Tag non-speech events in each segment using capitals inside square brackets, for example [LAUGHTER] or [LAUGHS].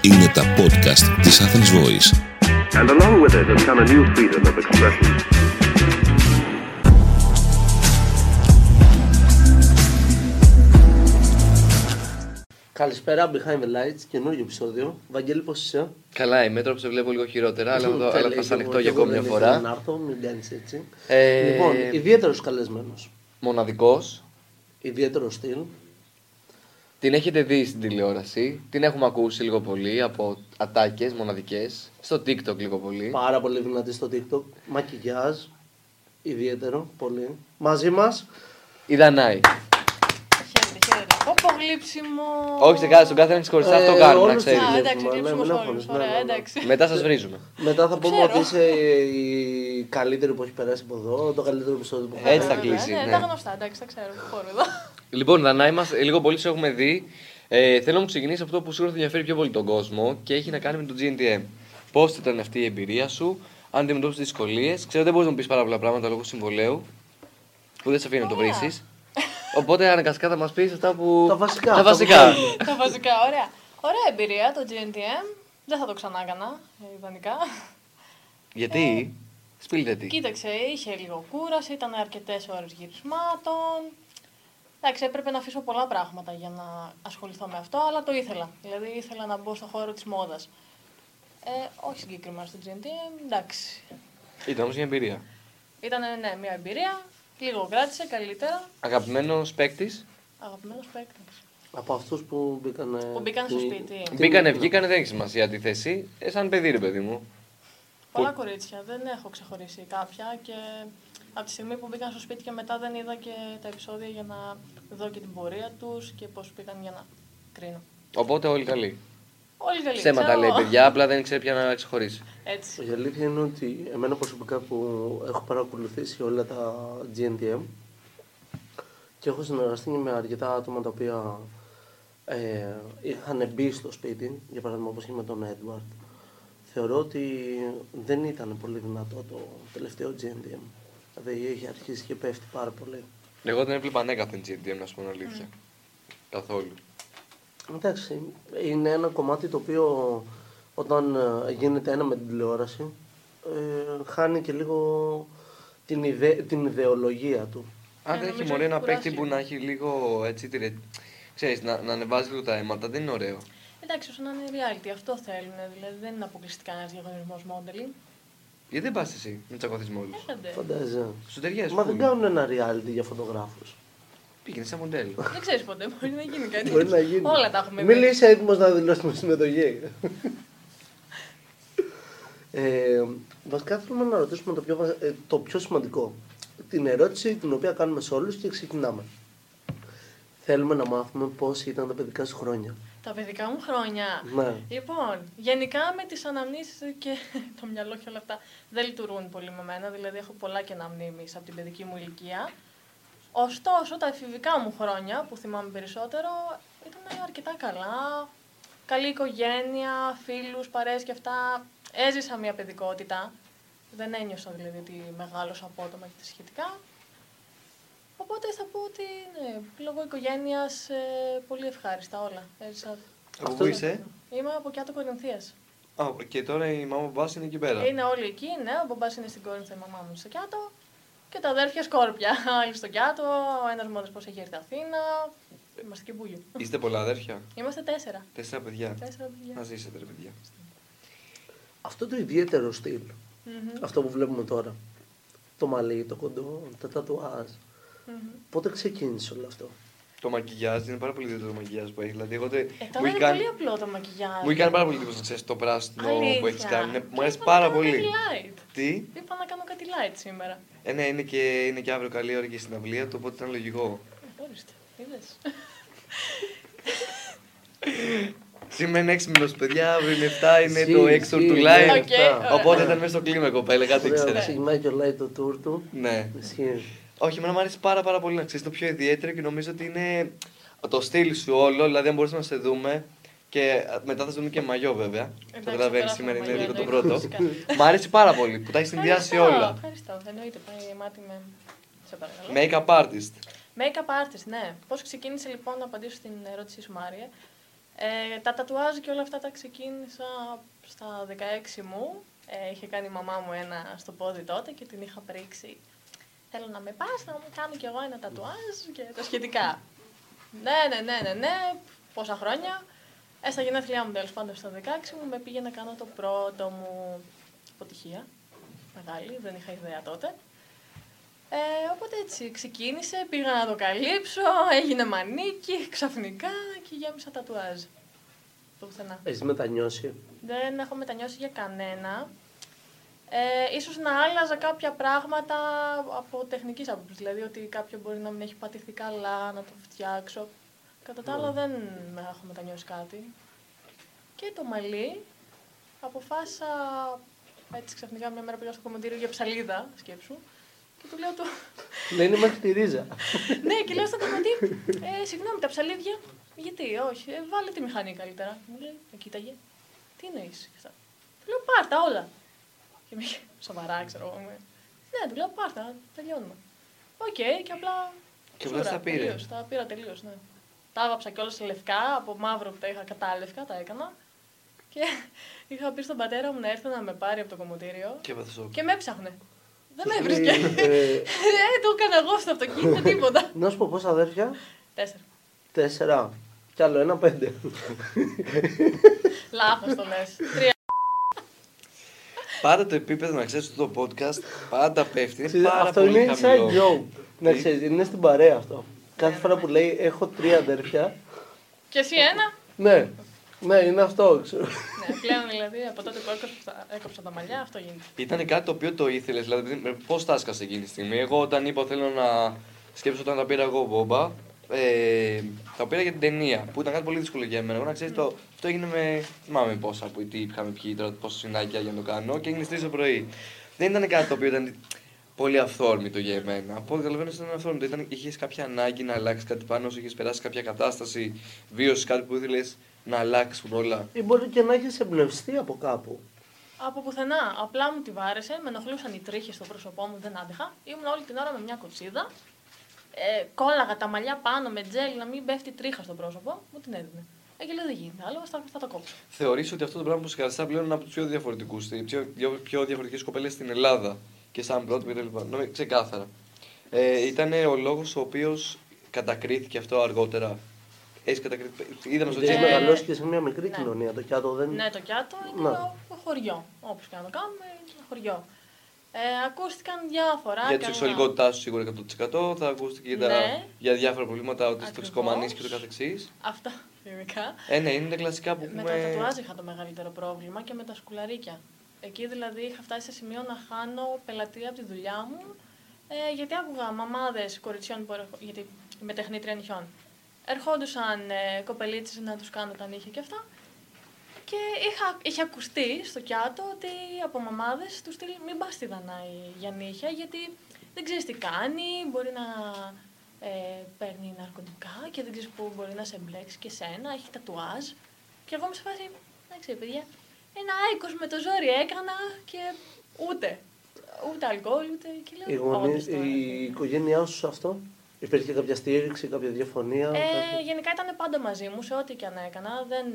Είναι τα podcast της Athens Voice. And along with it has come a new freedom of expression. Καλησπέρα, behind the lights, καινούργιο επεισόδιο. Βαγγέλη, πώς είσαι. Καλά, η μέτρο σε βλέπω λίγο χειρότερα, αλλά, θα- αλλά θα σε ανοιχτώ για ακόμη μια Να φορά. έρθω, μην κάνεις έτσι. Ε, Λοιπόν, ιδιαίτερος καλεσμένος. Μοναδικός. Ιδιαίτερο στυλ. Την έχετε δει στην τηλεόραση. Την έχουμε ακούσει λίγο πολύ από ατάκες μοναδικές. Στο TikTok λίγο πολύ. Πάρα πολύ δυνατή στο TikTok. Μακιγιάζ. Ιδιαίτερο, πολύ. Μαζί μας. Η Δανάη. Χαίρετε, χαίρετε. Πω πω γλύψιμο. Όχι σε κάθε, στον κάθε ένας ξεχωριστά αυτό κάνουμε, να Ε, όλους ξέρεις. τους Α, εντάξει, βλέπουμε, γλύψιμο ναι, μην φόρμα. αγχώνεσαι, ναι, Ωραία, ναι, ναι. εντάξει. Μετά σας βρίζουμε. Μετά θα πούμε ξέρω. ότι είσαι η καλύτερη που έχει περάσει από εδώ, το καλύτερο επεισόδιο που Έτσι θα Βέβαια, κλείσει. Ναι, ναι. τα γνωστά, εντάξει, τα ξέρω. Χώρο εδώ. Λοιπόν, Δανάη μας, λίγο πολύ σε έχουμε δει. Ε, θέλω να μου ξεκινήσεις αυτό που σίγουρα θα ενδιαφέρει πιο πολύ τον κόσμο και έχει να κάνει με το GNTM. Πώς ήταν αυτή η εμπειρία σου, αν αντιμετώπισες δυσκολίες. Ξέρω δεν μπορείς να μου πεις πάρα πολλά πράγματα λόγω συμβολέου που δεν σε αφήνει να το Ωραία. βρει. Οπότε αναγκαστικά θα μας πεις αυτά που. Τα βασικά, Τα αυτά που βασικά. θέλουμε. Τα βασικά, ωραία. Ωραία εμπειρία το GNTM. Δεν θα το ξανά έκανα, ε, ιδανικά. Γιατί. Σπίλτε τι. Κοίταξε, είχε λίγο κούραση, ήταν αρκετές ώρες γυρισμάτων. Εντάξει, έπρεπε να αφήσω πολλά πράγματα για να ασχοληθώ με αυτό, αλλά το ήθελα. Δηλαδή ήθελα να μπω στο χώρο της μόδας. Ε, όχι συγκεκριμένα στο GNTM, εντάξει. Ήταν όμως μια εμπειρία. Ήταν ναι, μια εμπειρία. Λίγο κράτησε καλύτερα. Αγαπημένος παίκτης. Αγαπημένος παίκτης. Από αυτούς που μπήκαν. Που μπήκαν στο σπίτι. Μπήκανε, βγήκανε, δεν έχεις σημασία τη θέση. Ε, σαν παιδί, ρε παιδί μου. Πολλά κορίτσια. Δεν έχω ξεχωρίσει κάποια και από τη στιγμή που μπήκαν στο σπίτι και μετά δεν είδα και τα επεισόδια για να δω και την πορεία τους και πώς πήγαν για να κρίνω. Οπότε όλοι καλοί. Όλοι καλοί. Ψέματα ξέρω. λέει παιδιά, απλά δεν ξέρει πια να ξεχωρίσει. Έτσι. Η αλήθεια είναι ότι εμένα προσωπικά που έχω παρακολουθήσει όλα τα GNTM και έχω συνεργαστεί και με αρκετά άτομα τα οποία ε, είχαν μπει στο σπίτι, για παράδειγμα όπως και με τον Edward, θεωρώ ότι δεν ήταν πολύ δυνατό το τελευταίο GNTM. Δηλαδή έχει αρχίσει και πέφτει πάρα πολύ. Εγώ δεν έβλεπα ανέκαθεν GDM, να σου πω την αλήθεια. Mm. Καθόλου. Ε, Εντάξει, είναι ένα κομμάτι το οποίο όταν ε, γίνεται ένα με την τηλεόραση ε, χάνει και λίγο την, ιδε, την ιδεολογία του. Αν δεν νομίζω έχει μωρέ έχει ένα παίκτη κουράσει. που να έχει λίγο έτσι. τη ρε- Ξέρεις, να, να ανεβάζει λίγο τα αίματα, δεν είναι ωραίο. Εντάξει, όσο να είναι reality, αυτό θέλουν. Δηλαδή δεν είναι αποκλειστικά ένας διαγωνισμός modeling. Γιατί δεν πας εσύ να τσακωθεί με όλου. Έρχονται. Φαντάζεσαι. Σου ταιριάζει. Μα δεν full. κάνουν ένα reality για φωτογράφους. Πήγαινε σαν μοντέλο. Δεν ξέρεις ποτέ, μπορεί να γίνει κάτι. Μπορεί να γίνει. Όλα τα έχουμε Μην είσαι έτοιμος να δηλώσουμε συμμετοχή. ε, βασικά θέλουμε να ρωτήσουμε το πιο, βα- ε, το πιο σημαντικό. Την ερώτηση την οποία κάνουμε σε όλους και ξεκινάμε. Θέλουμε να μάθουμε πώς ήταν τα παιδικά σου χρόνια. Τα παιδικά μου χρόνια. Ναι. Λοιπόν, γενικά με τις αναμνήσεις και [LAUGHS] το μυαλό και όλα αυτά δεν λειτουργούν πολύ με μένα, δηλαδή έχω πολλά κενά μνήμης από την παιδική μου ηλικία. Ωστόσο, τα εφηβικά μου χρόνια που θυμάμαι περισσότερο ήταν αρκετά καλά. Καλή οικογένεια, φίλους, παρέες και αυτά. Έζησα μια παιδικότητα. Δεν ένιωσα δηλαδή ότι μεγάλωσα απότομα και τα σχετικά. Οπότε θα πω ότι ναι, λόγω οικογένειας ε, πολύ ευχάριστα όλα. Έζησα Από πού είσαι. Είμαι από Κιάτο Κορινθίας. Α, και τώρα η μαμά μπα είναι εκεί πέρα. Είναι όλοι εκεί, ναι. Ο μπαμπάς είναι στην Κόρινθο, η μαμά μου στο Κιάτο. Και τα αδέρφια σκόρπια. [LAUGHS] Άλλοι στο Κιάτο, ο ένας μόνος πώς έχει έρθει Αθήνα. Είμαστε και μπούγιο. Είστε πολλά αδέρφια. Είμαστε τέσσερα. Τέσσερα παιδιά. Τέσσερα Να παιδιά. ζήσετε, ρε παιδιά. Αυτό το ιδιαίτερο στυλ, Μμμ. αυτό που βλέπουμε τώρα, το μαλλί, το κοντό, τα τατουάζ, Μμμ. πότε ξεκίνησε όλο αυτό. Το μακιγιάζ είναι πάρα πολύ ιδιαίτερο το μακιγιάζ που έχει. Δηλαδή, εγώ δεν. Ε, μου τώρα έχει είναι κάνει- πολύ απλό το μακιγιάζ. Μου έκανε πάρα πολύ εντύπωση να ξέρεις το πράσινο που έχει Αλήθεια. κάνει. Ναι, Μου αρέσει Είπα να πάρα κάνω πολύ. Κάτι light. Τι. Είπα να κάνω κάτι light σήμερα. Ε, ναι, είναι και, είναι και αύριο καλή ώρα και στην αυλία του, οπότε ήταν λογικό. Ε, Ορίστε, είδες. Σήμερα είναι έξυπνο, παιδιά, αύριο είναι 7, είναι Ε, το Ισχύει, έξω του ισχύει, live. ναι, Οκ, ωραία. Οπότε ήταν μέσα στο κλίμα η κοπέλα, κάτι Ωραία, ήξερε. Ξεκινάει και ο το tour του. Ναι. Ισχύει. Όχι, εμένα μου αρέσει πάρα, πάρα πολύ να ξέρεις το πιο ιδιαίτερο και νομίζω ότι είναι το στυλ σου όλο. Δηλαδή, αν μπορούσαμε να σε δούμε και μετά θα σε δούμε και μαγιό, βέβαια. Το Εντάξει, καταλαβαίνει τώρα σήμερα θα είναι μαγιό, λίγο το εννοείται, πρώτο. φυσικά. Μ' αρέσει πάρα πολύ που τα έχεις συνδυάσει Ευχαριστώ, όλα. Ευχαριστώ. Εννοείται, πάει μάτι με. Σε παρακαλώ. Make-up artist. Make-up artist, ναι. Πώς ξεκίνησε λοιπόν να απαντήσω στην ερώτησή σου, Μάρια. Ε, τα τατουάζ και όλα αυτά τα ξεκίνησα στα 16 μου. Ε, είχε κάνει η μαμά μου ένα στο πόδι τότε και την είχα πρίξει. Θέλω να με πας, να μου κάνω κι εγώ ένα τατουάζ και τα σχετικά. Ναι, ναι, ναι, ναι, ναι, πόσα χρόνια. Ε, στα γενέθλιά μου τέλος πάντων στα 16 μου με πήγε να κάνω το πρώτο μου αποτυχία. Μεγάλη, δεν είχα ιδέα τότε. Ε, οπότε έτσι ξεκίνησε, πήγα να το καλύψω, έγινε μανίκι ξαφνικά και γέμισα τατουάζ. Το πουθενά. Έχεις μετανιώσει. Δεν έχω μετανιώσει για κανένα. Ε, ίσως να άλλαζα κάποια πράγματα από τεχνικής άποψης, δηλαδή ότι κάποιο μπορεί να μην έχει πατηθεί καλά, να το φτιάξω. Κατά τα άλλα δεν έχω μετανιώσει κάτι. Και το μαλλί αποφάσισα έτσι ξαφνικά μια μέρα πήγα στο κομμωτήριο για ψαλίδα, σκέψου. Και του λέω του, Ναι, είναι μέχρι τη ρίζα. ναι, και λέω στον κομματή, ε, συγγνώμη, τα ψαλίδια. Γιατί, όχι, ε, βάλε τη μηχανή καλύτερα. Μου λέει, με κοίταγε. Τι εννοείς αυτά. Του λέω, πάρτα όλα. Και με είχε σοβαρά, ξέρω εγώ. με. Ναι, του λέω, πάρτα, τελειώνουμε. Οκ, και απλά. Και απλά σούρα, τα πήρε. τελείως, τα πήρα τελείως, ναι. Τα άβαψα κιόλα σε λευκά, από μαύρο που τα είχα κατάλευκα, τα έκανα. Και [LAUGHS] είχα πει στον πατέρα μου να έρθει να με πάρει από το κομμωτήριο. Και έπαθες σοκ. Και με έψαχνε. Δεν με Ε, έβρισκε. ε, [LAUGHS] ε, το έκανα εγώ στο αυτοκίνητο, τίποτα. Να σου πω πόσα αδέρφια. Τέσσερα. Τέσσερα. Κι άλλο ένα πέντε. Λάθος το λες. Τρία. Πάντα το επίπεδο να ξέρεις το podcast πάντα πέφτει. Είναι Ξέρεις, πάρα αυτό πολύ είναι χαμηλό. inside joke. Να Τι? ξέρεις, είναι στην παρέα αυτό. Ναι, Κάθε φορά που λέει έχω τρία αδέρφια. Και εσύ ένα. Ναι, ναι, είναι αυτό, ξέρω. ναι, πλέον δηλαδή από τότε που έκοψα, έκοψα τα μαλλιά, αυτό γίνεται. Ήταν κάτι το οποίο το ήθελες. Δηλαδή, πώ τα έσκασε εκείνη τη στιγμή. Εγώ όταν είπα θέλω να σκέψω όταν τα πήρα εγώ μπόμπα, ε, τα πήρα για την ταινία που ήταν κάτι πολύ δύσκολο για μένα. Εγώ να ξέρεις το. Αυτό έγινε με. δεν Θυμάμαι πόσα που τι είχαμε πιει τώρα, πόσα συνάκια για να το κάνω και έγινε στις 3 το πρωί. Δεν ήταν κάτι το οποίο ήταν πολύ αυθόρμητο για εμένα. Από ό,τι καταλαβαίνω ήταν αυθόρμητο. Ήταν, είχες κάποια ανάγκη να αλλάξεις κάτι πάνω σου, είχες περάσει κάποια κατάσταση, βίωση κάτι που ήθελες να αλλάξουν όλα. Ή μπορεί και να έχεις εμπνευστεί από κάπου. Από πουθενά. Απλά μου τη βάρεσε, με ενοχλούσαν οι τρίχες στο πρόσωπό μου, δεν άντεχα. Ήμουν όλη την ώρα με μια κοτσίδα. Ε, κόλλαγα τα μαλλιά πάνω με τζέλ να μην πέφτει τρίχα στο πρόσωπο. Μου την έδινε. Ε, και λέω δεν γίνεται άλλο, θα, θα το κόψω. Θεωρείς ότι αυτό το πράγμα που σε χαριστά πλέον είναι από τους πιο διαφορετικούς, πιο, πιο, πιο διαφορετικές κοπέλες στην Ελλάδα και σαν πρότυπο κτλ. Νομίζω ξεκάθαρα. Ε, ήταν ο λόγος ο οποίος κατακρίθηκε αυτό αργότερα. Έχεις κατακριθεί. Είδαμε στο Γιατί έχει τσίπρα. Ε, μεγαλώσει και σε μια μικρή ναι. κοινωνία. Το κιάτο δεν. Ναι, το κιάτο είναι Ναι. το «Ε, χωριό. Όπως και να το κάνουμε, είναι το χωριό. Ε, ακούστηκαν διάφορα. Για τη κανένα- σεξουαλικότητά σου σίγουρα 100%. Θα ακούστηκε για, τα- Ναι. για διάφορα προβλήματα, ότι Ακριβώς. τοξικομανεί και το καθεξής. Αυτά, ειδικά. Ε, ναι, είναι τα κλασικά που Με έχουμε. τα τατουάζ είχα το μεγαλύτερο πρόβλημα και με τα σκουλαρίκια. Εκεί δηλαδή είχα φτάσει σε σημείο να χάνω πελατεία από τη δουλειά μου, ε, γιατί άκουγα μαμάδες κοριτσιών, που ερχο- γιατί είμαι τεχνήτρια νυχιών. Ερχόντουσαν ε, κοπελίτσε να τους κάνουν τα νύχια και αυτά. Και είχα, είχε ακουστεί στο κιάτο ότι από μαμάδες του στυλ μην πας στη Δανάη για νύχια, γιατί δεν ξέρεις τι κάνει, μπορεί να ε, παίρνει ναρκωτικά και δεν ξέρεις που μπορεί να σε εμπλέξει και σένα, έχει τατουάζ. Και εγώ είμαι σε φάση, εντάξει ρε παιδιά, ένα άικο με το ζόρι έκανα και ούτε. Ούτε αλκοόλ, ούτε. Και λέω, Οι, γονείς, «Όντως τώρα». η οικογένειά σου σε αυτό. Υπήρχε κάποια στήριξη, κάποια διαφωνία. Ε, κάποια- γενικά ήταν πάντα μαζί μου σε ό,τι και αν έκανα. Δεν.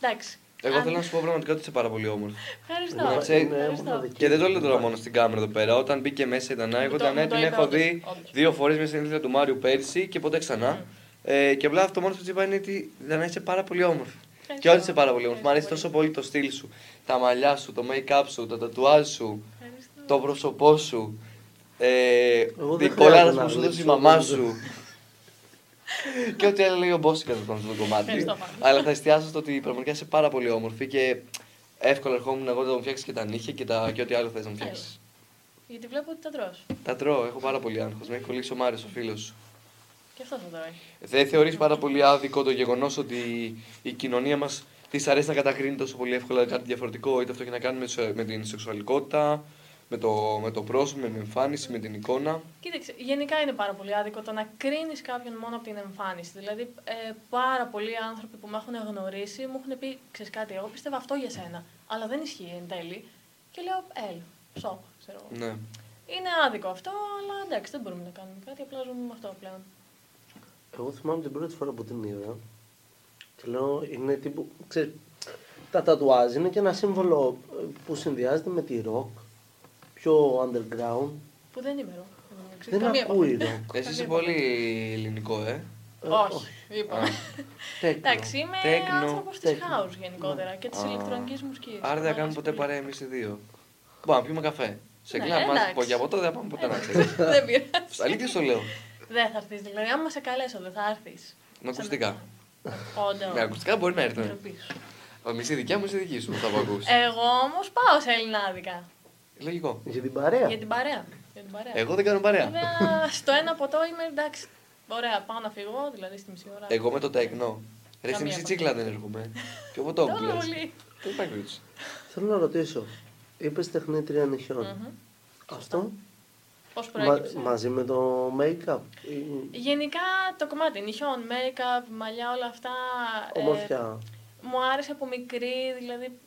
Εντάξει. Εγώ Αν- θέλω να σου πω πραγματικά ότι είσαι πάρα πολύ όμορφος. Ευχαριστώ. Να ξέρεις- ευχαριστώ. μοναδική. Και δεν το λέω τώρα μόνο στην κάμερα εδώ πέρα. Όταν μπήκε μέσα η Δανάη, εγώ Μου το- Δανάη μου το την είπε έχω όντως, δει όντως. δύο φορές με συνήθεια του Μάριου πέρσι και ποτέ ξανά. Ναι. Ε, και απλά αυτό μόνος που τη είπα είναι ότι Δανάη είσαι πάρα πολύ όμορφη. Ευχαριστώ. Και όλοι είσαι πάρα πολύ όμορφη. Μ' αρέσει Ευχαριστώ τόσο πολύ το στυλ σου, τα μαλλιά σου, το make-up σου, τα τατουάζ σου, Ευχαριστώ. το πρόσωπό σου. Ε, Εγώ δεν την κολάρα χρειάζεται που να σου δώσει η λείψω, μαμά δεν- σου. και ό,τι άλλο λέει ο λοιπόν, Μπόση κατά πάνω στο κομμάτι. Ευχαριστώ πάρα πολύ. Αλλά θα εστιάσω στο ότι πραγματικά είσαι πάρα πολύ όμορφη και εύκολα ερχόμουν εγώ να μου φτιάξεις και τα νύχια και, τα... και ό,τι άλλο θες να μου φτιάξει. Γιατί βλέπω ότι τα τρως. Τα τρώω, έχω πάρα πολύ άγχος. Με έχει κολλήσει ο Μάριος, ο φίλος σου. Και αυτό θα τρώει. Δεν θεωρείς πάρα πολύ άδικο το γεγονός ότι η κοινωνία μας της αρέσει να κατακρίνει τόσο πολύ εύκολα κάτι διαφορετικό, είτε αυτό έχει να κάνει με, σε- με την σεξουαλικότητα, με το, με το πρόσωπο, με την εμφάνιση, με την εικόνα. Κοίταξε, γενικά είναι πάρα πολύ άδικο το να κρίνεις κάποιον μόνο από την εμφάνιση. Δηλαδή, ε, πάρα πολλοί άνθρωποι που με έχουν γνωρίσει μου έχουν πει: Ξέρεις κάτι, εγώ πιστεύω αυτό για σένα. Αλλά δεν ισχύει εν τέλει. Και λέω: Ελ, σοκ, ξέρω εγώ. Ναι. Είναι άδικο αυτό, αλλά εντάξει, δεν μπορούμε να κάνουμε κάτι. Απλά ζούμε με αυτό πλέον. Εγώ θυμάμαι την πρώτη φορά που την είδα. Λέω, είναι τύπου, ξέρεις, τα τατουάζ είναι και ένα σύμβολο ε, που συνδυάζεται με τη ροκ, πιο underground. Που δεν είμαι ροκ. Δεν Καμία [LAUGHS] ακούει επαφή. ροκ. Εσύ είσαι πολύ ελληνικό, ε. Ε, Όχι, είπα. Α. Τέκνο. Εντάξει, είμαι Τέκνο. άνθρωπος της Τέκνο. house γενικότερα και της Α. ηλεκτρονικής μουσικής. Άρα δεν θα κάνουμε ποτέ παρέα εμείς οι δύο. Πάμε να πιούμε καφέ. Σε Ναι, κλαμπ, μας εντάξει. πω για ποτέ δεν θα πάμε ποτέ να ξέρεις. [LAUGHS] Δεν πειράζει. Αλήθεια το λέω. Δεν θα έρθεις, δηλαδή. Άμα σε καλέσω, δεν θα έρθεις. Με ακουστικά. Όντω. Με ακουστικά μπορεί να έρθουν. Ντροπή σου. Μισή δικιά μου, μισή δική σου. Θα το ακούσεις. Εγώ όμως πάω σε ελληνάδικα. Λογικό. Για την παρέα. Για την παρέα. Για την παρέα. Εγώ δεν κάνω παρέα. Βέβαια, στο ένα ποτό είμαι εντάξει. Ωραία, πάω να φύγω, δηλαδή στη μισή ώρα. Εγώ με το τέκνο. Ρε στη Καμία μισή από- τσίκλα δεν έρχομαι. Και από το Τόσο πλέον. πολύ. Δεν υπάρχει περίπτωση. Θέλω να ρωτήσω, είπες τεχνήτρια νυχιών. Αυτό Πώς μα- προέκυψε. μαζί με το make-up. ή Γενικά το κομμάτι νυχιών, make-up, μαλλιά, όλα αυτά. ε, Ομορφιά. μου άρεσε από μικρή, δηλαδή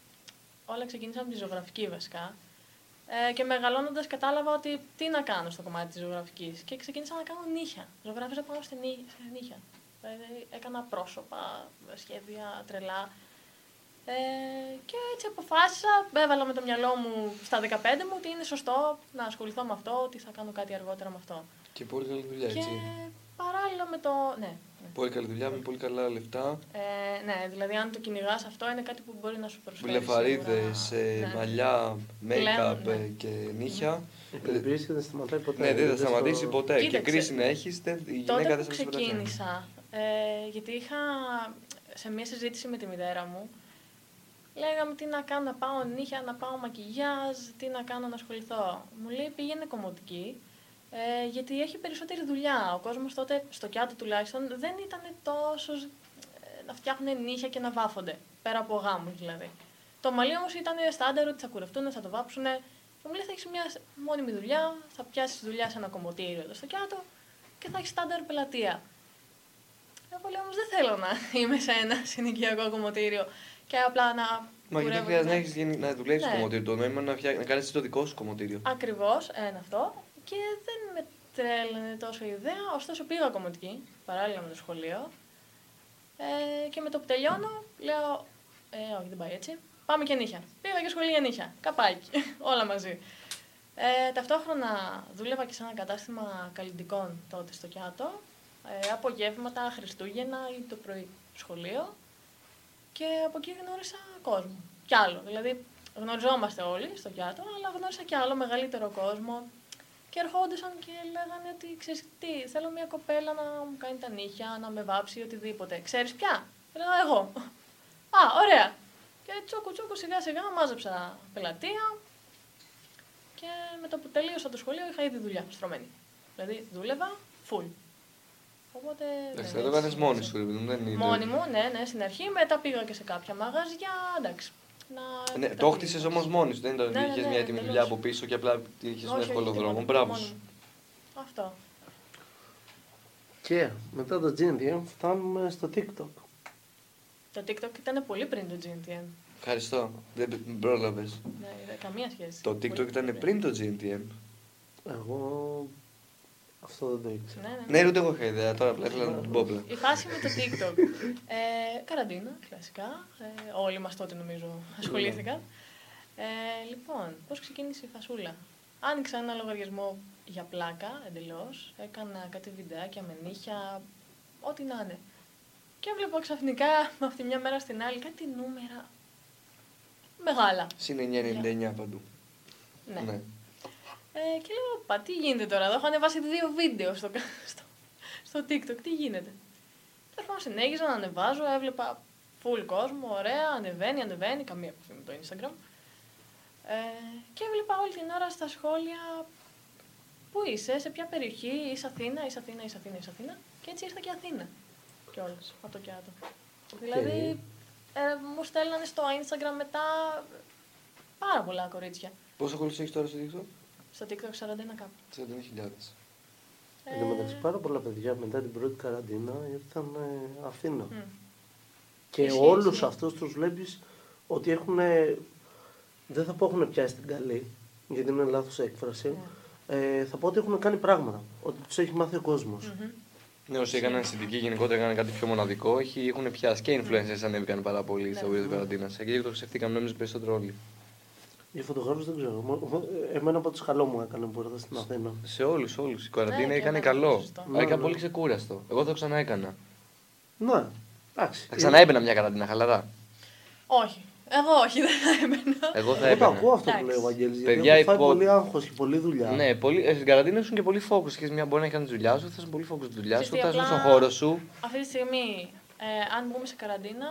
όλα ξεκίνησαν από τη ζωγραφική βασικά. Ε, και μεγαλώνοντας κατάλαβα ότι τι να κάνω στο κομμάτι της ζωγραφικής. Και ξεκίνησα να κάνω νύχια. Ζωγράφιζα πάνω στη νύ- σε νύχια. Δηλαδή έκανα πρόσωπα, σχέδια, τρελά. Ε, και έτσι αποφάσισα, έβαλα με το μυαλό μου στα 15 μου ότι είναι σωστό να ασχοληθώ με αυτό, ότι θα κάνω κάτι αργότερα με αυτό. Και πολύ καλή δουλειά, Και έτσι. παράλληλα με το... Ναι, ναι. Πολύ καλή δουλειά, με πολύ καλά λεφτά. Ε, ναι, δηλαδή αν το κυνηγάς αυτό είναι κάτι που μπορεί να σου προσφέρει. Μπλεφαρίδε, σίγουρα. Ναι. ε, μαλλιά, make-up Πλέον, ε, ναι. και νύχια. ε, Η περιποίηση δεν σταματάει ποτέ. Ναι, δεν θα στο- σταματήσει ποτέ. Και Κοίταξε. κρίση να έχεις, η Τότε γυναίκα που δεν θα σε πειράζει. ξεκίνησα, ε, γιατί είχα σε μια συζήτηση με τη μητέρα μου, λέγαμε τι να κάνω, να πάω νύχια, να πάω μακιγιάζ, τι να κάνω να ασχοληθώ. Μου λέει πήγαινε κομμωτική, ε, γιατί έχει περισσότερη δουλειά. Ο κόσμος τότε, στο κιάτο τουλάχιστον, δεν ήταν τόσο ζ- ε, να φτιάχνουν νύχια και να βάφονται, πέρα από γάμους δηλαδή. Το μαλλί όμως ήταν στάνταρ ότι θα κουρευτούν, θα το βάψουν. Μου λέει θα έχεις μια μόνιμη δουλειά, θα πιάσεις δουλειά σε ένα κομμωτήριο εδώ στο κιάτο και θα έχεις στάνταρ πελατεία. Εγώ λέω όμως Ε, δεν θέλω να είμαι σε ένα συνοικιακό κομμωτήριο και απλά να. Μα γιατί χρειάζεται να, έχεις, γίνει- να δουλεύει Ναι. στο κομμωτήριο. Το νόημα είναι να, φτιά... να κάνεις το δικό σου κομμωτήριο. Ακριβώς, ένα αυτό. Και δεν με τρέλανε τόσο η ιδέα. Ωστόσο πήγα κομμωτική, παράλληλα με το σχολείο. Ε, και με το που τελειώνω, λέω. Ε, όχι, δεν πάει έτσι. Πάμε και νύχια. Πήγα και σχολείο για νύχια. Καπάκι. [LAUGHS] Όλα μαζί. Ε, ταυτόχρονα δούλευα και σε ένα κατάστημα καλλιντικών τότε στο Κιάτο. Ε, απογεύματα, Χριστούγεννα ή το πρωί σχολείο. Και από εκεί γνώρισα κόσμο. Κι άλλο. Δηλαδή, γνωριζόμαστε όλοι στο Κιάτο, αλλά γνώρισα κι άλλο μεγαλύτερο κόσμο. Και ερχόντουσαν και λέγανε ότι ξέρεις τι, θέλω μια κοπέλα να μου κάνει τα νύχια, να με βάψει ή οτιδήποτε. Ξέρεις πια. Λέω εγώ. Α, ωραία. Και τσούκου τσούκου σιγά σιγά μάζεψα πελατεία. Και με το που τελείωσα το σχολείο είχα ήδη δουλειά στρωμένη. Δηλαδή δούλευα full. Οπότε. Εντάξει, δεν θα το κάνει έτσι- μόνη σου, ρε παιδί μου, δεν είναι. Μόνη μου, ναι, ναι, στην αρχή. Μετά πήγα και σε κάποια μαγαζιά. Εντάξει. Να... Ναι, τα το χτίσες πήγα. όμω μόνη σου. Δεν ήταν ότι Ναι, ναι, είχε ναι, μια έτοιμη εντελώς. δουλειά από πίσω και απλά είχε Όχι, ένα όχι, εύκολο τίποτα, δρόμο. Μπράβο. μόνη σου. μου. Αυτό. Και μετά το GNDM φτάνουμε στο TikTok. Το TikTok ήταν πολύ πριν το GNTM. Ευχαριστώ. Δεν πρόλαβες. Ναι, δε- καμία σχέση. Το Πολύ TikTok ήταν πριν το GNTM. Εγώ αυτό δεν το ήξερα. Ναι, ναι. Ναι, ρε, ούτε εγώ είχα ιδέα. Τώρα απλά ήθελα να την πω απλά. Η φάση με το TikTok. Ε, καραντίνα, κλασικά. Ε, όλοι μας τότε νομίζω ασχολήθηκαν. Ε, λοιπόν, πώς ξεκίνησε η φασούλα. Άνοιξα ένα λογαριασμό για πλάκα εντελώς. Έκανα κάτι βιντεάκια με νύχια, ό,τι να είναι. Και βλέπω ξαφνικά [LAUGHS] από τη μια μέρα στην άλλη κάτι νούμερα μεγάλα. Συν 9,99 παντού. Ναι. Ε, και λέω, πα, τι γίνεται τώρα εδώ, έχω ανεβάσει δύο βίντεο στο, κα- [LAUGHS] στο, στο TikTok, τι γίνεται. Τέλος πάντων, συνέχιζα να ανεβάζω, έβλεπα full κόσμο, ωραία, ανεβαίνει, ανεβαίνει, καμία επαφή με το Instagram. Ε, και έβλεπα όλη την ώρα στα σχόλια πού είσαι, σε ποια περιοχή, είσαι Αθήνα, είσαι Αθήνα, είσαι Αθήνα, είσαι Αθήνα. Και έτσι ήρθα και Αθήνα κιόλας, από το κιάτο. Δηλαδή, ε, μου στέλνανε στο Instagram μετά πάρα πολλά κορίτσια. Πόσο ακολουθεί έχεις τώρα στο TikTok? Στο TikTok 41 κάπου. 41.000. Εν τω μεταξύ πάρα πολλά παιδιά μετά την πρώτη καραντίνα ήρθαν ε, Αθήνα. μμ. Και Ισχύει, όλους ισχύει. αυτούς τους βλέπεις ότι έχουν, δεν θα πω έχουν πιάσει την καλή, γιατί είναι Ναι. λάθος έκφραση, ε, θα πω ότι έχουν κάνει πράγματα, ότι τους έχει μάθει ο κόσμος. Μμμ. Ναι, όσοι έκαναν συνδική γενικότερα έκαναν κάτι πιο μοναδικό. Έχει, έχουν πιάσει και influencers ανέβηκαν πάρα Ναι. πολύ στα βιβλία τη καραντίνα. Εκεί και το ξεφτήκαμε νομίζω περισσότερο όλοι. Για φωτογράφου δεν ξέρω. Μο- μο- Εμένα πάντω καλό μου έκανε που ήρθα στην Αθήνα. Σε όλους, όλους. Η καραντίνα Ναι, και έκανε εμένα, καλό. σωστό. Αλλά Ναι, ήταν ναι. πολύ ξεκούραστο. Εγώ το ξανά έκανα. Ναι, εντάξει. Θα ξανά έμπαινα μια καραντίνα, χαλαρά. Όχι. Εγώ όχι, [LAUGHS] δεν θα έμπαινα. Εγώ θα Εγώ το Ε, ακούω έμπαινα. αυτό που λέει ο Εντάξει. Βαγγέλης, γιατί Παιδιά, έχω φάει υπό- πολύ άγχος και πολλή δουλειά. Ναι, πολύ, ε, στην καραντίνα ήσουν και πολύ focus. Είχες μια μπορεί να κάνει τη δουλειά σου, θα ήσουν πολύ focus στη δουλειά σου, Ξέρεις θα τι, ήσουν στον απλά χώρο σου. Αυτή τη στιγμή, ε, αν μπούμε σε καραντίνα,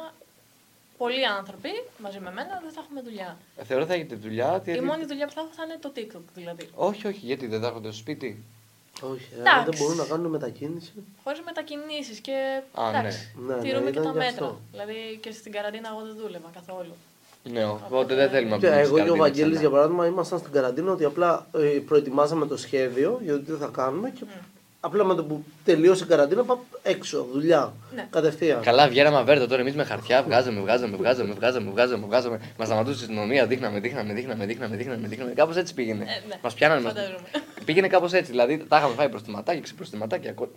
πολλοί άνθρωποι μαζί με μένα δεν θα έχουμε δουλειά. Ε, Θεωρώ θα έχετε δουλειά. Η γιατί- μόνη δουλειά που θα έχω θα είναι το TikTok δηλαδή. Όχι, όχι, γιατί δεν θα έρχονται στο σπίτι. Όχι, ε, Εντάξει. δεν μπορούν να κάνουν μετακίνηση. Χωρίς μετακινήσεις και. Α, ναι. εντάξει, Ναι, ναι, τηρούμε και ήταν τα και μέτρα. αυτό. Δηλαδή και στην καραντίνα εγώ δεν δούλευα καθόλου. Ναι, οπότε Αυτό δεν θα θέλουμε να Και πούμε. εγώ και ο Βαγγέλης για παράδειγμα ήμασταν στην καραντίνα ότι απλά ε, προετοιμάζαμε το σχέδιο για το τι θα κάνουμε και απλά με το που τελείωσε η καραντίνα πάμε έξω, δουλειά, Ναι. κατευθείαν. Καλά, βγαίναμε αβέρτα τώρα εμείς με χαρτιά, βγάζαμε, βγάζαμε, βγάζαμε, βγάζαμε, βγάζαμε, βγάζαμε. Μας σταματούσε η αστυνομία, δείχναμε, δείχναμε, δείχναμε, δείχναμε, δείχναμε. δείχναμε. Κάπως έτσι πήγαινε. Ε, ναι. Μας πιάνανε. μας- Φαντάζομαι. Πήγαινε κάπως έτσι. Δηλαδή τα είχαμε φάει προστιματάκια, ξεπροστιματάκια. κο-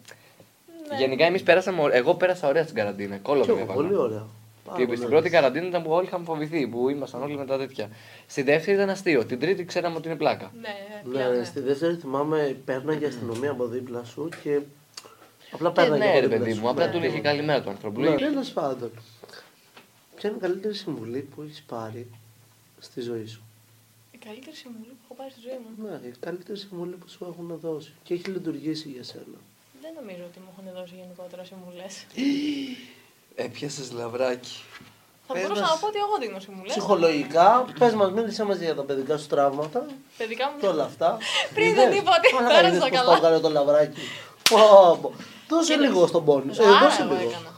Ναι. Γενικά εμείς πέρασαμε. ω- Εγώ πέρασα ωραία στην καραντίνα. Και Κόλλο εγώ, πολύ ωραία. ναι. Πάρα Και πολύ στην ωραία. πρώτη καραντίνα ήταν που όλοι είχαμε φοβηθεί, που ήμασταν όλοι με τα τέτοια. Στη δεύτερη ήταν αστείο, την τρίτη ξέραμε ότι είναι πλάκα. Ναι, Ναι, πια, ναι. στη δεύτερη θυμάμαι πέρναγε η αστυνομία από δίπλα σου και Ε, απλά Και πέρναγε ναι, από ρε δίπλα παιδί σου. μου, απλά Ναι. του λέγε καλημέρα του ανθρώπου. Ναι, Λέει, τέλος πάντων. Ποια είναι η καλύτερη συμβουλή που έχεις πάρει στη ζωή σου. Η καλύτερη συμβουλή που έχω πάρει στη ζωή μου. Ναι, η καλύτερη συμβουλή που σου έχουν δώσει και έχει λειτουργήσει για σένα. Δεν νομίζω ότι μου έχουν δώσει γενικότερα συμβουλές. Ε, Έπιασε Ε, λαβράκι. Θα Πες μπορούσα μας. να πω ότι εγώ δίνω συμβουλέ. Ναι. Ψυχολογικά, πες μας, μίλησε μα για τα παιδικά σου τραύματα Παιδικά και όλα μου. αυτά. Πριν Είδες? δεν είπα ότι Άρα, τώρα είδες στα πώς καλά. Το έκανε το λαβράκι. Πω, πω. Δώσε Κοίταξε. λίγο στον πόνι. Ε, Ζωάρα δώσε εγώ λίγο. έκανα.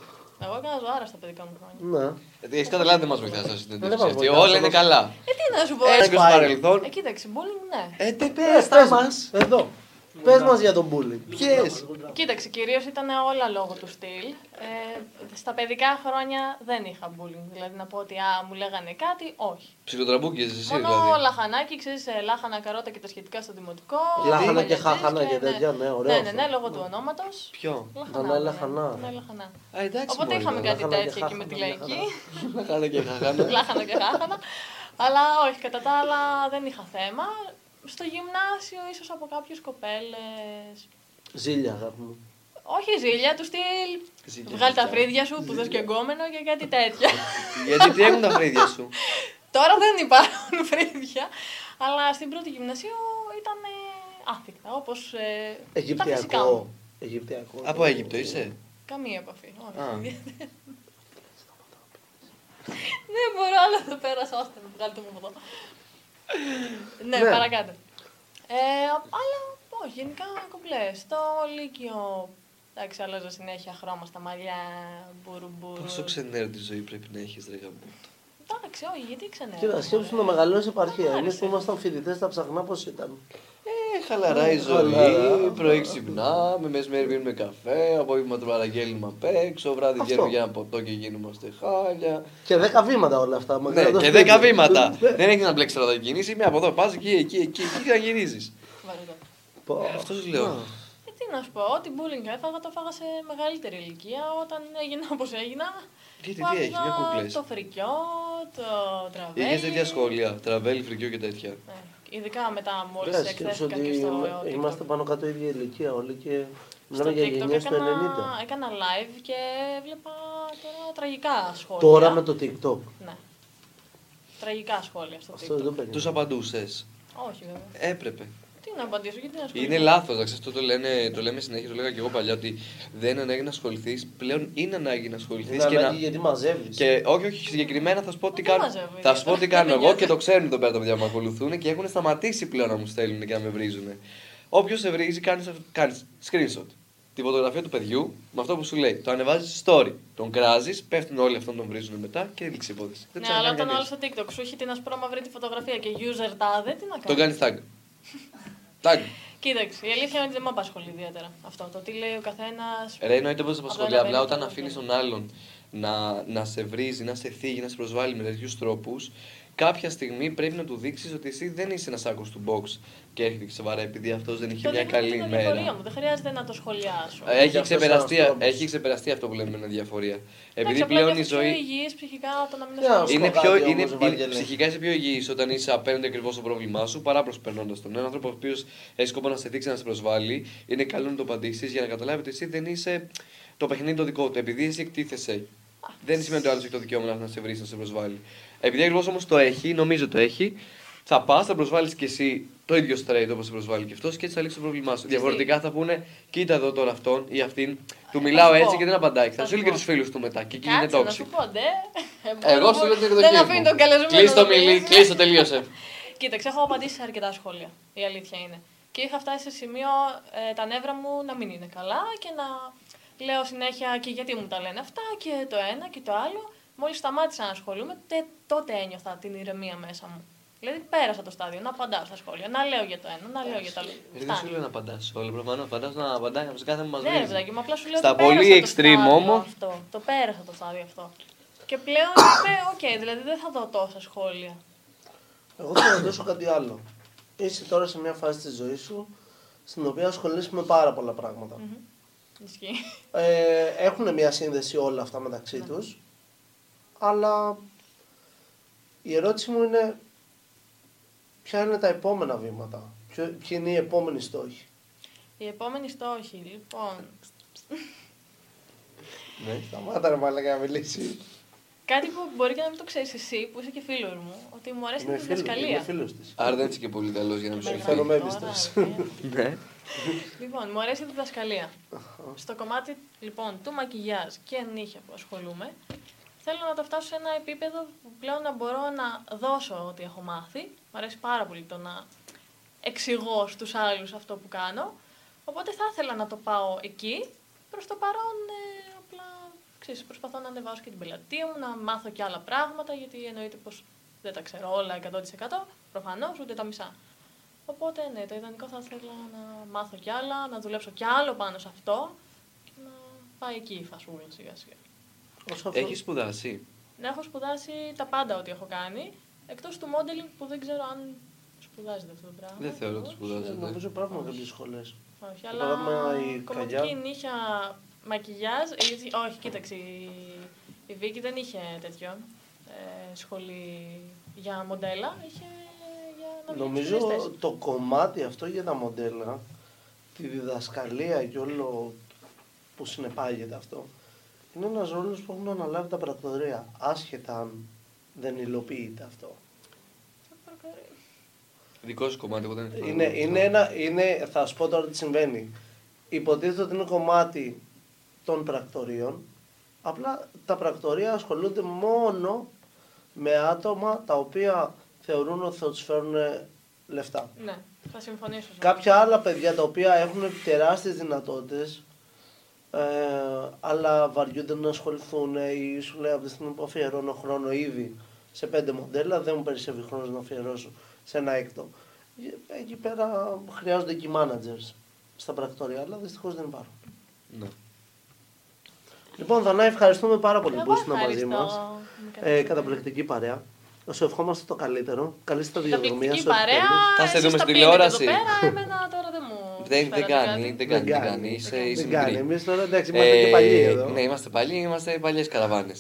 Εγώ έκανα ζωάρα στα παιδικά μου χρόνια. Ναι. Έχει «Ε, καταλάβει δεν μας βοηθάς αυτή την Δεν μας εντύπωση αυτή. βοηθά, Όλα είναι μας- καλά. Ε, τι να σου πω. Ένα και στο πάει. παρελθόν. Ε, κοίταξε, bowling ναι. Ε, τι Πες, πες, πες μας, εδώ. Πες μας για τον bullying. Ποιες. Κοίταξε, κυρίως ήταν όλα λόγω του στυλ. Ε, στα παιδικά χρόνια δεν είχα bullying. Δηλαδή να πω ότι α, μου λέγανε κάτι, όχι. Ψιλοτραμπούκιες εσύ Μόνο δηλαδή. λαχανάκι, ξέρεις, λάχανα, καρότα και τα σχετικά στο δημοτικό. Λάχανα μαλλιατζές και χάχανα και ναι. τέτοια, ναι, ωραίο Ναι, ναι, αυτό. ναι, λόγω του ονόματο. Ποιο. Δανάη λαχανά. ναι. λαχανά. Α, εντάξει. ναι, Οπότε είχαμε κάτι λαχανά και τέτοιο εκεί με τη χάχανα, λαϊκή. Να κάνω [LAUGHS] και χαχάνα. Λάχανα και χάχανα. Αλλά όχι, κατά τα άλλα δεν είχα θέμα. Στο γυμνάσιο, ίσως από κάποιες κοπέλες. Ζήλια, αγάπη μου. Όχι ζήλια, του στυλ. Ζήλια, Βγάλει τα ζήλια. φρύδια σου που δες και γκόμενο και κάτι [LAUGHS] τέτοια. Γιατί τι έχουν τα φρύδια σου. Τώρα δεν υπάρχουν [LAUGHS] φρύδια. Αλλά στην πρώτη γυμνασίου ήταν ε, άθικτα, όπως ε, τα φυσικά Αιγυπτιακό. μου. Αιγυπτιακό. Από Αίγυπτο είσαι. Καμία επαφή. Όχι. Α. [LAUGHS] δεν μπορώ άλλο το πέρασα, ώστε να βγάλει το μου από εδώ. ναι, Ναι. παρακάτω. Ε, αλλά όχι, γενικά κομπλέ. Στο Λύκειο, εντάξει, άλλαζα συνέχεια χρώμα στα μαλλιά, μπουρουμπουρου. Πόσο ξενέρτη ζωή πρέπει να έχεις ρε γαμπού. Εντάξει, όχι, γιατί ξανά. Κοίτα, σκέψου να μεγαλώσει επαρχία. Μ' Εμεί άρεσε. που ήμασταν φοιτητές, τα ψαχνά πώς ήταν. Ε, χαλαρά η ζωή, Χαλαρά. πρωί ξυπνάμε, μεσημέρι πίνουμε καφέ, απόγευμα το παραγγέλνουμε απ' έξω, βράδυ Αυτό. βγαίνουμε για ένα ποτό και γίνομαστε χάλια. Και δέκα βήματα όλα αυτά. Ναι, μακριά το και σπίτι. δέκα βήματα. Ναι. Δεν έχεις να μπλέξεις τώρα κίνηση, με από εδώ πας εκεί, εκεί, εκεί, εκεί και να γυρίζει. Πω. Αυτό σου λέω. Ε, τι να σου πω, ό,τι bullying έφαγα το φάγα σε μεγαλύτερη ηλικία όταν έγινα όπως έγινα. Γιατί, τι που έχεις, άκουγα μια κούκλες. Το φρικιό, το τραβέλι. Είχε τέτοια σχόλια, τραβέλ, φρικιό και τέτοια. Ναι, ειδικά μετά μόλις Κοίτα, σκέψου εκθέθηκα και ότι στο. ε, TikTok. είμαστε πάνω κάτω ίδια ηλικία όλοι και μιλάμε Στο για TikTok γενιές του έκανα- 90. Έκανα live και έβλεπα τώρα τραγικά σχόλια. Τώρα με το TikTok. Ναι. Τραγικά σχόλια στο Αυτό δεν το TikTok. Του περίμενα. απαντούσες. Όχι βέβαια. Έπρεπε. Τι να απαντήσω, γιατί να ασχοληθώ. Είναι λάθος, να ξέρεις, αυτό το, λένε, το λέμε συνέχεια, το λέγα και εγώ παλιά, ότι δεν είναι ανάγκη να ασχοληθείς. Πλέον είναι ανάγκη να ασχοληθείς Είναι και να. ανάγκη γιατί μαζεύεις. Και όχι, όχι, συγκεκριμένα θα σου πω τι Δεν κάνω. μαζεύω, Θα σου πω τι ιδιαίτερα. κάνω Δεν εγώ και νοιάζει. το ξέρουν εδώ πέρα τα παιδιά που με ακολουθούν και έχουν σταματήσει πλέον να μου στέλνουν και να με βρίζουν. Όποιος σε βρίζει, κάνεις κάνεις screenshot. Τη φωτογραφία του παιδιού με αυτό που σου λέει. Το ανεβάζεις story. Τον κράζεις, πέφτουν όλοι αυτόν τον βρίζουν μετά και έλειξε η υπόθεση. Δεν Ναι, ξέρει αλλά να όταν κάνει όλο στο TikTok σου έχει την ασπρόμαυρη τη φωτογραφία και user τάδε, τι να Τον κάνεις. κάνεις tag. tag. Κοίταξε, η αλήθεια είναι ότι δεν με απασχολεί ιδιαίτερα αυτό. Το τι λέει ο καθένας. Ρε, εννοείται πως Απλά απασχολεί. να Απλά μπαίνει όταν και να αφήνει βγαίνει. τον άλλον να, να σε βρίζει, να σε θίγει, να σε προσβάλλει με τέτοιους τρόπους κάποια στιγμή πρέπει να του δείξεις ότι εσύ δεν είσαι ένας άκρος του box και έρχεται και σε βαρά επειδή αυτός δεν είχε Το μια δείχνω καλή στην ημέρα. αδιαφορία μου, δεν χρειάζεται να το σχολιάσω. Ε, Έχει Για αυτός ξεπεραστεί, ένας τρόπος. έχει ξεπεραστεί αυτό που λέμε με την διαφορία. Εντάξει, Επειδή απλά πλέον η νιώθεις ζωή. Πιο υγιής ψυχικά όταν να μην Ναι, ασχολείσαι. Είναι Στο πιο, γάδι είναι, όμως, είναι- Ευαγγελέ. ψυχικά είσαι πιο υγιής όταν είσαι απέναντι ακριβώς στο πρόβλημά σου παρά προσπερνώντας τον. Ένα άνθρωπο ο οποίος έχει σκοπό να σε δείξει να σε προσβάλλει, είναι καλό να το απαντήσεις για να καταλάβει ότι εσύ δεν είσαι το παιχνίδι το δικό του. Επειδή εσύ εκτίθεσαι, δεν σημαίνει ότι ο άλλος έχει το δικαίωμα να σε βρει, να σε προσβάλλει. Επειδή ακριβώ όμως το έχει, νομίζω το έχει, θα πας, θα προσβάλλεις κι εσύ το ίδιο straight όπως σε προσβάλλει και αυτός και έτσι θα λύσεις το πρόβλημά σου. Διαφορετικά θα πούνε, κοίτα εδώ τώρα αυτόν ή αυτήν, Θα του μιλάω σου πω. έτσι και δεν απαντάει. Θα Θα σου σου λέει και πω. τους φίλους του μετά και εκεί είναι Ε, Κάτσε να toxic. σου πω, ναι. ντε. Εγώ σου λέω την εκδοχή. Δεν αφήνει τον καλεσμένο. Κλείστο να μιλή, μιλήσει. κλείστο, τελείωσε. Κοίταξε, έχω απαντήσει σε αρκετά σχόλια. Η αλήθεια είναι. Και είχα φτάσει σε σημείο ε, τα νεύρα μου να μην είναι καλά και να λέω συνέχεια και γιατί μου τα λένε αυτά και το ένα και το άλλο. Μόλις σταμάτησα να ασχολούμαι, τε- τότε ένιωθα την ηρεμία μέσα μου. Δηλαδή πέρασα το στάδιο να απαντάω στα σχόλια, να λέω για το ένα, να λέω για το άλλο. Δεν σου Φτάνει. λέω να απαντάς όλα. Προφανώ απαντάς να απαντάει από κάθε μας Ναι, ρε παιδάκι μου, απλά σου λέω Στα ότι πέρασα πολύ το extreme στάδιο όμως. Αυτό. Το πέρασα το στάδιο αυτό. Και πλέον είπε, οκ, δηλαδή δεν θα δω τόσα σχόλια. Εγώ θα ρωτήσω κάτι άλλο. Είσαι τώρα σε μια φάση της ζωής σου στην οποία ασχολείσαι με πάρα πολλά πράγματα. Ισχύει. Ε, έχουν μια σύνδεση όλα αυτά μεταξύ Ναι. τους, αλλά η ερώτηση μου είναι ποια είναι τα επόμενα βήματα, ποιο, ποιοι είναι οι επόμενοι στόχοι. Η επόμενη στόχη, λοιπόν. Ναι, Σταμάτα ρε μαλάκα να μιλήσεις. Κάτι που μπορεί και να μην το ξέρεις εσύ, που είσαι και φίλος μου, ότι μου αρέσει Είμαι η Ναι, φίλος, είμαι διδασκαλία. φίλος της. Άρα δεν είσαι και πολύ καλός για να μην σου Μεγάλη Φέρω φέρω. με τώρα, εμπιστοσύνη. ε. Ναι. Λοιπόν, μου αρέσει η διδασκαλία. Στο κομμάτι λοιπόν του μακιγιάζ και νύχια που ασχολούμαι, θέλω να το φτάσω σε ένα επίπεδο που πλέον να μπορώ να δώσω ό,τι έχω μάθει. Μου αρέσει πάρα πολύ το να εξηγώ στους άλλους αυτό που κάνω. Οπότε θα ήθελα να το πάω εκεί. Προς το παρόν, ε, απλά ξέρεις, προσπαθώ να ανεβάσω και την πελατεία μου, να μάθω και άλλα πράγματα, γιατί εννοείται πως δεν τα ξέρω όλα 100% προφανώς, ούτε τα μισά. Οπότε ναι, το ιδανικό θα ήθελα να μάθω κι άλλα, να δουλέψω κι άλλο πάνω σε αυτό και να πάει εκεί η φασούλα σιγά σιγά. Όσο αυτό- Ε, Έχεις σπουδάσει. Να έχω σπουδάσει τα πάντα ό,τι έχω κάνει, εκτός του modeling που δεν ξέρω αν σπουδάζεται αυτό το πράγμα. Δεν θεωρώ ότι Ίσως. Ε, ναι. σπουδάζεται. Νομίζω πράγμα κάποιες σχολές. Όχι, Για αλλά παράδειγμα, η κομματική Καγιά. νύχια μακιγιάζ. ε, γιατί- όχι, κοίταξε, η, η Βίκη δεν είχε τέτοιο ε, σχολή για μοντέλα, είχε για να βγει Νομίζω εξοπλιστές. το κομμάτι αυτό για τα μοντέλα, τη διδασκαλία και όλο που συνεπάγεται αυτό, είναι ένας ρόλος που έχουν αναλάβει τα πρακτορία, άσχετα αν δεν υλοποιείται αυτό. Δικό σου κομμάτι, εγώ δεν Ναι, έχω Ναι. Είναι, πρόβλημα. είναι ένα, είναι, θα σου πω τώρα τι συμβαίνει. Υποτίθεται ότι είναι κομμάτι των πρακτορείων, απλά τα πρακτορεία ασχολούνται μόνο με άτομα τα οποία θεωρούν ότι θα τους φέρουν λεφτά. Ναι, θα συμφωνήσω. σε αυτό. Κάποια άλλα παιδιά τα οποία έχουν τεράστιες δυνατότητες ε, αλλά βαριούνται να ασχοληθούν ε, ή σου λέει από τη στιγμή που αφιερώνω χρόνο ήδη σε πέντε μοντέλα δεν μου περισσεύει χρόνος να αφιερώσω σε ένα έκτο. Ε, Εκεί πέρα χρειάζονται και οι managers στα πρακτορία αλλά δυστυχώς δεν υπάρχουν. Ναι. Λοιπόν Δανάη ευχαριστούμε πάρα πολύ Εγώ που ήσουν μαζί ευχαριστώ. μας. Μου Ε, κάνεις- καταπληκτική παρέα. Σου ευχόμαστε το καλύτερο. Καλή σταδιοδρομία Καταπληκτική σου. παρέα. Θα σε εσείς δούμε τα στην πίνετε τηλεόραση. εδώ πέρα, εμένα τώρα δεν μου. [LAUGHS] Δεν, δεν φέρατε κάνει, κάτι. δεν κάνει, δεν κάνει. Είσαι- είσαι Δεν κάνει. μικρή. Εμείς τώρα εντάξει είμαστε και παλιοί Ε, εδώ. Ναι, είμαστε παλιοί, είμαστε παλιές καραβάνες.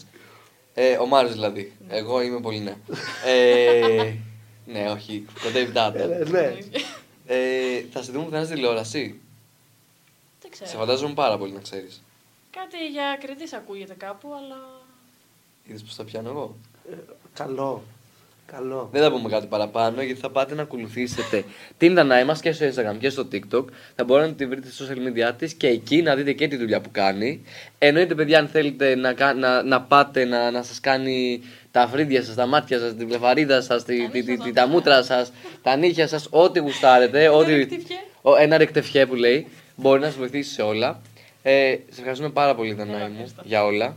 Ε, ο Μάριος δηλαδή. Εγώ είμαι πολύ ναι. ε, ναι, όχι, κοντεύει Ε, τάτα. ναι. Ε, θα σε δούμε πουθενά στην τηλεόραση. Δεν Σε ξέρω. φαντάζομαι πάρα πολύ να ξέρεις. Κάτι για κριτής ακούγεται κάπου, αλλά. Είδες πώ τα πιάνω εγώ. Ε, Καλό. Καλό. Δεν θα πούμε κάτι παραπάνω γιατί θα πάτε να ακολουθήσετε την Δανάη μας και στο Instagram και στο TikTok. Θα μπορείτε να τη βρείτε στα social media της και εκεί να δείτε και τη δουλειά που κάνει. Εννοείται, παιδιά, αν θέλετε να, κα- να, να πάτε να, να σας κάνει τα φρύδια σας, τα μάτια σας, την πλεφαρίδα σας, τη, τη, τη, τη- τα μούτρα σας, τα νύχια σας, ό,τι γουστάρετε. Ένα ό,τι... ρεκτιφιέ. Ο- Ένα ρεκτεφιέ που λέει. Μπορεί να σας βοηθήσει σε όλα. Ε, σε ευχαριστούμε πάρα πολύ, Δανάη μου, ευχαριστώ. για όλα.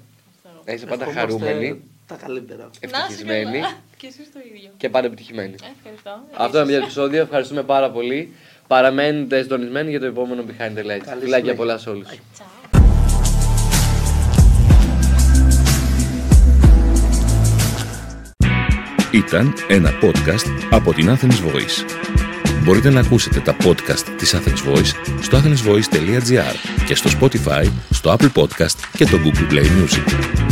Να Είσαι πάντα Ευχόμαστε χαρούμενη, Τα καλύτερα. Να είσαι ευτυχισμένη καλά. [LAUGHS] Και εσεί το ίδιο. και πάντα επιτυχημένη. Ε, Ευχαριστώ. Αυτό είναι ένα επεισόδιο. Ευχαριστούμε πάρα πολύ. Παραμένετε συντονισμένοι για το επόμενο Behind the Καλή Lights. Φιλάκια συνέχεια. πολλά σε όλους. Τσαου. Ήταν ένα podcast από την Athens Voice. Μπορείτε να ακούσετε τα podcast της Athens Voice στο athensvoice.gr και στο Spotify, στο Apple Podcast και το Google Play Music.